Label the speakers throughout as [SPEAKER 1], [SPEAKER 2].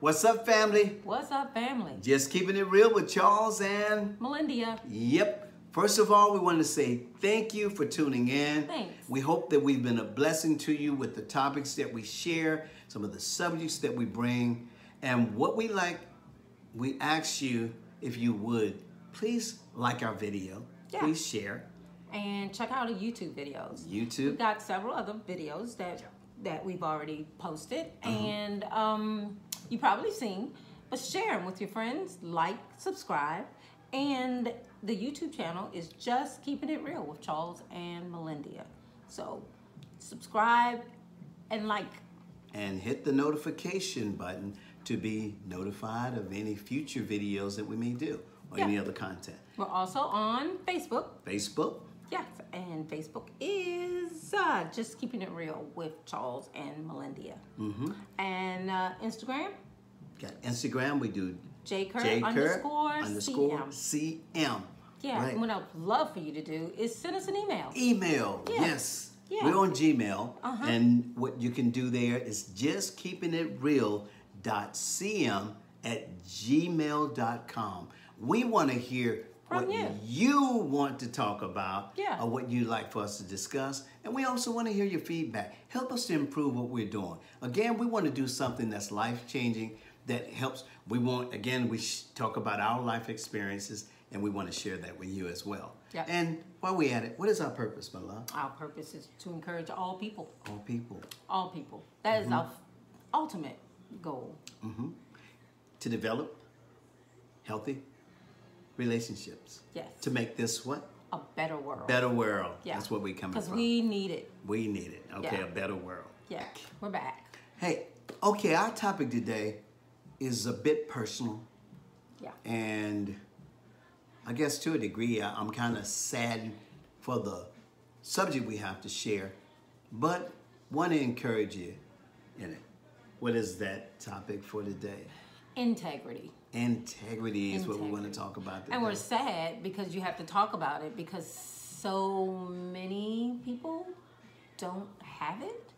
[SPEAKER 1] What's up, family?
[SPEAKER 2] What's up, family?
[SPEAKER 1] Just keeping it real with Charles and.
[SPEAKER 2] Melinda.
[SPEAKER 1] Yep. First of all, we want to say thank you for tuning in.
[SPEAKER 2] Thanks.
[SPEAKER 1] We hope that we've been a blessing to you with the topics that we share, some of the subjects that we bring, and what we like. We ask you if you would please like our video,
[SPEAKER 2] Yeah.
[SPEAKER 1] please share
[SPEAKER 2] And check out our YouTube videos.
[SPEAKER 1] YouTube.
[SPEAKER 2] We've got several other videos that that we've already posted, and um, you probably seen. But share them with your friends, like, subscribe, and the YouTube channel is just keeping it real with Charles and Melinda. So subscribe and like.
[SPEAKER 1] and hit the notification button to be notified of any future videos that we may do or any
[SPEAKER 2] Yeah.
[SPEAKER 1] other content.
[SPEAKER 2] We're also on Facebook.
[SPEAKER 1] Facebook,
[SPEAKER 2] Yes, and Facebook is uh, just keeping it real with Charles and Melinda. Mm-hmm. And uh, Instagram,
[SPEAKER 1] got Instagram, we do
[SPEAKER 2] J Kerr
[SPEAKER 1] J Kerr
[SPEAKER 2] underscore,
[SPEAKER 1] underscore
[SPEAKER 2] CM.
[SPEAKER 1] CM.
[SPEAKER 2] Yeah,
[SPEAKER 1] Right.
[SPEAKER 2] and what I would love for you to do is send us an email.
[SPEAKER 1] Email,
[SPEAKER 2] Yeah.
[SPEAKER 1] yes.
[SPEAKER 2] Yeah.
[SPEAKER 1] We're on Gmail,
[SPEAKER 2] Uh-huh.
[SPEAKER 1] and what you can do there is just keeping it real dot cm at gmail.com. We want to hear
[SPEAKER 2] From
[SPEAKER 1] what
[SPEAKER 2] you.
[SPEAKER 1] want to talk about
[SPEAKER 2] Yeah.
[SPEAKER 1] or what you'd like for us to discuss. And we also want to hear your feedback. Help us to improve what we're doing. Again, we want to do something that's life changing that helps. We want, again, we sh- talk about our life experiences and we want to share that with you as well.
[SPEAKER 2] Yeah.
[SPEAKER 1] And while we're at it, what is our purpose, my love?
[SPEAKER 2] Our purpose is to encourage all people,
[SPEAKER 1] All people
[SPEAKER 2] all people. That is
[SPEAKER 1] Mm-hmm.
[SPEAKER 2] our f- ultimate goal.
[SPEAKER 1] to develop healthy relationships.
[SPEAKER 2] Yes,
[SPEAKER 1] To make this what?
[SPEAKER 2] a better world.
[SPEAKER 1] Better world.
[SPEAKER 2] Yeah.
[SPEAKER 1] That's what we coming
[SPEAKER 2] Because
[SPEAKER 1] from.
[SPEAKER 2] we need it.
[SPEAKER 1] we need it. Okay,
[SPEAKER 2] Yeah.
[SPEAKER 1] a better world.
[SPEAKER 2] Yeah, we're back.
[SPEAKER 1] Hey, okay, our topic today is a bit personal,
[SPEAKER 2] Yeah.
[SPEAKER 1] and I guess to a degree, I- I'm kind of saddened for the subject we have to share, but want to encourage you in it. What is that topic for today?
[SPEAKER 2] Integrity.
[SPEAKER 1] Integrity is what we want to
[SPEAKER 2] Integrity.
[SPEAKER 1] talk about today.
[SPEAKER 2] And we're sad because you have to talk about it because so many people don't have it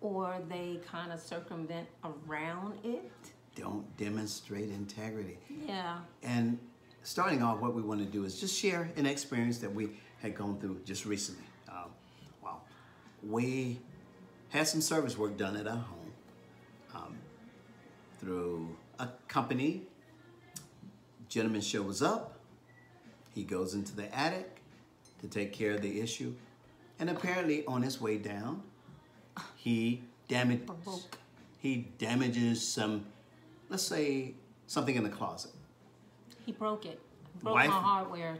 [SPEAKER 2] or they kind of circumvent around it.
[SPEAKER 1] Don't demonstrate integrity.
[SPEAKER 2] Yeah.
[SPEAKER 1] And starting off, what we want to do is just share an experience that we had gone through just recently. Um, wow. We had some service work done at our home um, through a company. Gentleman shows up. He goes into the attic to take care of the issue. And apparently, on his way down, he damages,
[SPEAKER 2] Broke.
[SPEAKER 1] he damages some, let's say, something in the closet.
[SPEAKER 2] He broke it. Broke
[SPEAKER 1] Wife-
[SPEAKER 2] my hardware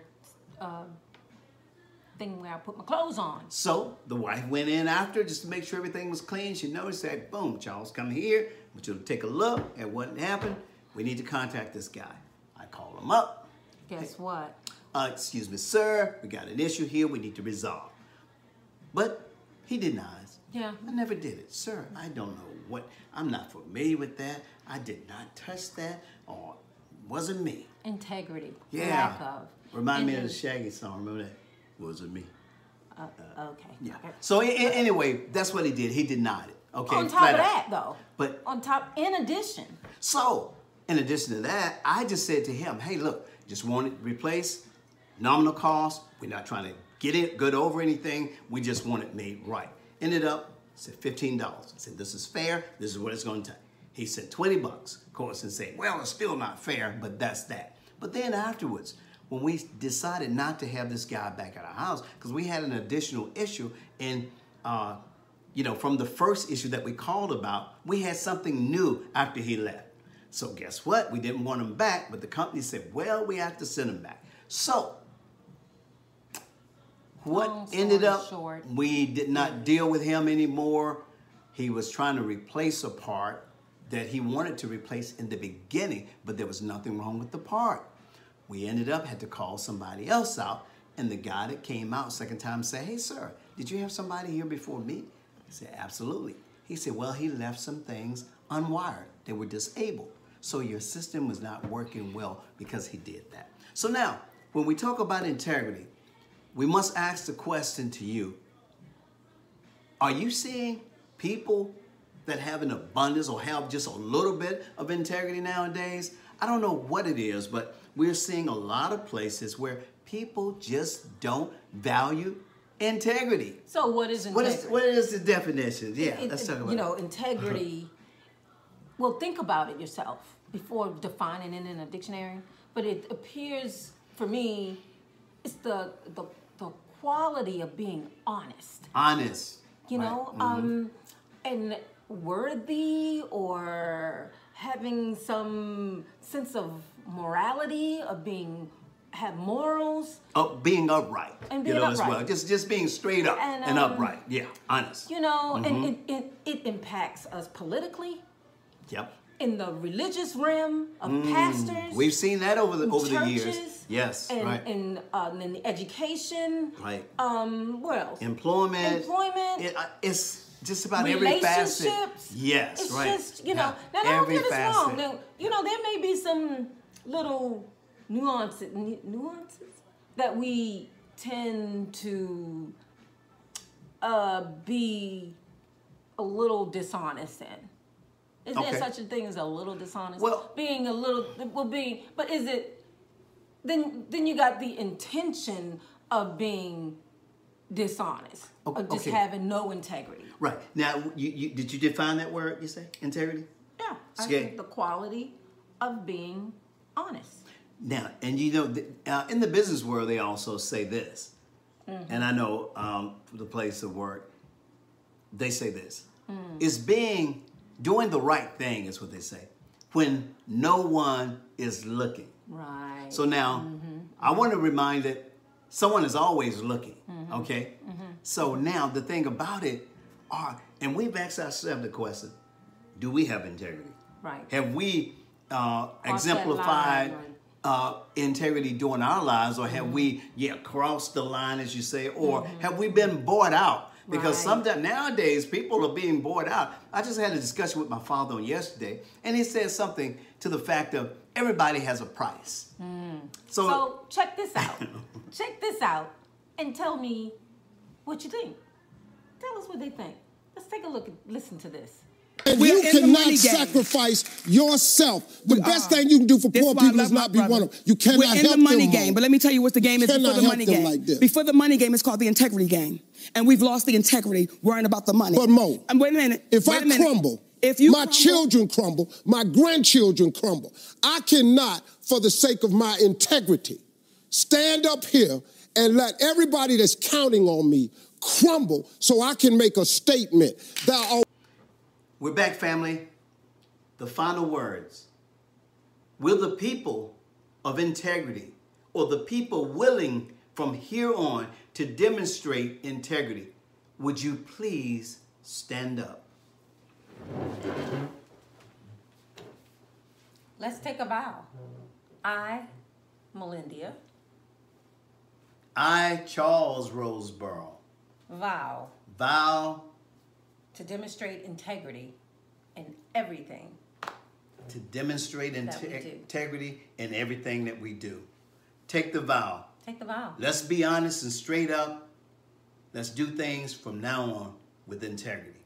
[SPEAKER 2] uh, thing where I put my clothes on.
[SPEAKER 1] So the wife went in after just to make sure everything was clean. She noticed that, boom, Charles, come here. I want you to take a look at what happened. We need to contact this guy. I call him up.
[SPEAKER 2] Guess what?
[SPEAKER 1] Uh, excuse me, sir, we got an issue here we need to resolve. But he denies.
[SPEAKER 2] Yeah.
[SPEAKER 1] I never did it, sir. I don't know what, I'm not familiar with that. I did not touch that, or wasn't me.
[SPEAKER 2] Integrity.
[SPEAKER 1] Yeah.
[SPEAKER 2] Lack of.
[SPEAKER 1] Remind
[SPEAKER 2] And
[SPEAKER 1] me of the
[SPEAKER 2] then-
[SPEAKER 1] Shaggy song, remember that? Wasn't me.
[SPEAKER 2] Okay.
[SPEAKER 1] uh, Yeah.
[SPEAKER 2] Okay.
[SPEAKER 1] So a- a- anyway, that's what he did. He denied it. Okay.
[SPEAKER 2] On top
[SPEAKER 1] flat
[SPEAKER 2] of
[SPEAKER 1] out.
[SPEAKER 2] that, though.
[SPEAKER 1] But-
[SPEAKER 2] on top, in addition,
[SPEAKER 1] So, in addition to that, I just said to him, "Hey, look, just want it replaced, nominal cost. We're not trying to get it good over anything. We just want it made right." Ended up said fifteen dollars. I said, "This is fair. This is what it's going to take." He said twenty bucks, of course, and said, "Well, it's still not fair, but that's that." But then afterwards. When we decided not to have this guy back at our house, because we had an additional issue, and uh, you know, from the first issue that we called about, we had something new after he left. So guess what? We didn't want him back, but the company said, well, we have to send him back. So what
[SPEAKER 2] Long story
[SPEAKER 1] ended up,
[SPEAKER 2] short.
[SPEAKER 1] we did not deal with him anymore. He was trying to replace a part that he wanted to replace in the beginning, but there was nothing wrong with the part. We ended up had to call somebody else out, and the guy that came out second time said, "Hey, sir, did you have somebody here before me?" I said, "Absolutely." He said, "Well, he left some things unwired; they were disabled, so your system was not working well because he did that." So now, when we talk about integrity, we must ask the question to you: Are you seeing people that have an abundance or have just a little bit of integrity nowadays. I don't know what it is, but we're seeing a lot of places where people just don't value integrity.
[SPEAKER 2] So what is
[SPEAKER 1] What
[SPEAKER 2] integrity?
[SPEAKER 1] is what is the definition? Yeah,
[SPEAKER 2] It-
[SPEAKER 1] let's talk about
[SPEAKER 2] you
[SPEAKER 1] it.
[SPEAKER 2] know integrity. well, think about it yourself before defining it in a dictionary. But it appears for me, it's the the, the quality of being honest.
[SPEAKER 1] honest.
[SPEAKER 2] You
[SPEAKER 1] right? Mm-hmm.
[SPEAKER 2] know, um, and worthy or having some sense of morality of being have morals
[SPEAKER 1] Up, Oh, being upright.
[SPEAKER 2] And
[SPEAKER 1] you
[SPEAKER 2] being
[SPEAKER 1] know, as
[SPEAKER 2] upright.
[SPEAKER 1] well. Just just being straight up and,
[SPEAKER 2] And, um,
[SPEAKER 1] upright. Yeah, honest.
[SPEAKER 2] you know and it,
[SPEAKER 1] Mm-hmm.
[SPEAKER 2] it, it impacts us politically
[SPEAKER 1] Yep.
[SPEAKER 2] in the religious realm of
[SPEAKER 1] Mm,
[SPEAKER 2] pastors
[SPEAKER 1] We've seen that over the over the
[SPEAKER 2] churches
[SPEAKER 1] years. Yes,
[SPEAKER 2] and,
[SPEAKER 1] right.
[SPEAKER 2] and, uh, and then education
[SPEAKER 1] right.
[SPEAKER 2] um what else
[SPEAKER 1] Employment.
[SPEAKER 2] employment.
[SPEAKER 1] It, uh, it's just about every facet.
[SPEAKER 2] Relationships.
[SPEAKER 1] Yes,
[SPEAKER 2] it's
[SPEAKER 1] right.
[SPEAKER 2] just you know
[SPEAKER 1] Yeah,
[SPEAKER 2] now don't
[SPEAKER 1] every
[SPEAKER 2] get us wrong
[SPEAKER 1] facet.
[SPEAKER 2] now, you know there may be some little nuances nu- nuances that we tend to uh, be a little dishonest in is
[SPEAKER 1] Okay.
[SPEAKER 2] there such a thing as a little dishonest
[SPEAKER 1] Well-
[SPEAKER 2] being a little well being but is it then then you got the intention of being dishonest
[SPEAKER 1] O-
[SPEAKER 2] of just
[SPEAKER 1] okay.
[SPEAKER 2] having no integrity
[SPEAKER 1] Right. Now, you, you, did you define that word, you say? Integrity?
[SPEAKER 2] Yeah, I
[SPEAKER 1] Okay.
[SPEAKER 2] think the quality of being honest.
[SPEAKER 1] Now, and you know, th- uh, in the business world, they also say this.
[SPEAKER 2] Mm.
[SPEAKER 1] And I know um, the place of work, they say this.
[SPEAKER 2] Mm.
[SPEAKER 1] It's being, doing the right thing is what they say, when no one is looking.
[SPEAKER 2] Right.
[SPEAKER 1] So now, I want to remind that someone is always looking, okay? So now the thing about it are, and we've asked ourselves the question do we have integrity?
[SPEAKER 2] right.
[SPEAKER 1] Have we uh,
[SPEAKER 2] that
[SPEAKER 1] exemplified
[SPEAKER 2] line.
[SPEAKER 1] uh, integrity during our lives, or have we,
[SPEAKER 2] Mm-hmm.
[SPEAKER 1] yeah, crossed the line, as you say, or have we been bought out? Because
[SPEAKER 2] Right.
[SPEAKER 1] sometimes nowadays people are being bought out. I just had a discussion with my father on yesterday, and he said something to the fact of everybody has a price. So,
[SPEAKER 2] Mm. So check this out. check this out and tell me what you think. Tell us what they think. Let's take a look and listen to this.
[SPEAKER 3] And
[SPEAKER 4] We're
[SPEAKER 3] you
[SPEAKER 4] in the money
[SPEAKER 3] cannot
[SPEAKER 4] game.
[SPEAKER 3] sacrifice yourself. The best thing you can do for
[SPEAKER 4] Ah. This
[SPEAKER 3] poor
[SPEAKER 4] why I
[SPEAKER 3] people
[SPEAKER 4] love
[SPEAKER 3] is
[SPEAKER 4] my
[SPEAKER 3] not be
[SPEAKER 4] brother.
[SPEAKER 3] one of them. You cannot
[SPEAKER 4] We're in
[SPEAKER 3] help
[SPEAKER 4] the money
[SPEAKER 3] them
[SPEAKER 4] game,
[SPEAKER 3] more.
[SPEAKER 4] but let me tell you what the game is
[SPEAKER 3] Cannot
[SPEAKER 4] before the
[SPEAKER 3] help
[SPEAKER 4] money
[SPEAKER 3] them
[SPEAKER 4] game.
[SPEAKER 3] like this.
[SPEAKER 4] Before the money game, it's called the integrity game, and we've lost the integrity worrying about the money.
[SPEAKER 3] But Mo,
[SPEAKER 4] and wait a minute.
[SPEAKER 3] If
[SPEAKER 4] wait
[SPEAKER 3] I
[SPEAKER 4] a minute.
[SPEAKER 3] crumble,
[SPEAKER 4] if you
[SPEAKER 3] my
[SPEAKER 4] crumble-
[SPEAKER 3] children crumble, my grandchildren crumble. I cannot, for the sake of my integrity, stand up here and let everybody that's counting on me crumble so I can make a statement. Thou
[SPEAKER 1] We're back, family. The final words. Will the people of integrity or the people willing from here on to demonstrate integrity, would you please stand up?
[SPEAKER 2] Let's take a bow. I, Melindia,
[SPEAKER 1] I, Charles Roseborough,
[SPEAKER 2] vow
[SPEAKER 1] vow
[SPEAKER 2] to demonstrate integrity in everything.
[SPEAKER 1] to demonstrate
[SPEAKER 2] That we
[SPEAKER 1] inte-
[SPEAKER 2] do.
[SPEAKER 1] integrity in everything that we do. Take the vow.
[SPEAKER 2] Take the vow.
[SPEAKER 1] Let's be honest and straight up. Let's do things from now on with integrity.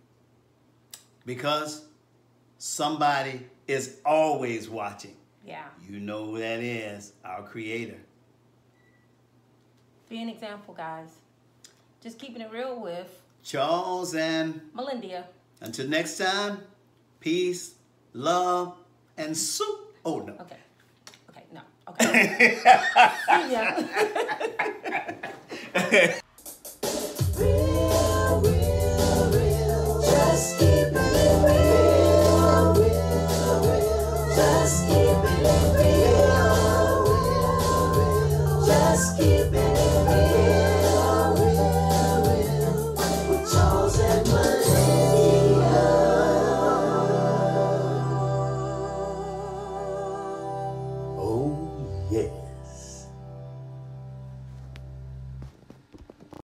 [SPEAKER 1] Because somebody is always watching.
[SPEAKER 2] Yeah.
[SPEAKER 1] You know who that is, our creator.
[SPEAKER 2] Be an example, guys. Just keeping it real with
[SPEAKER 1] Charles and
[SPEAKER 2] Melindia.
[SPEAKER 1] until next time, peace, love, and soup. Oh no.
[SPEAKER 2] Okay. Okay, no. Okay. See ya.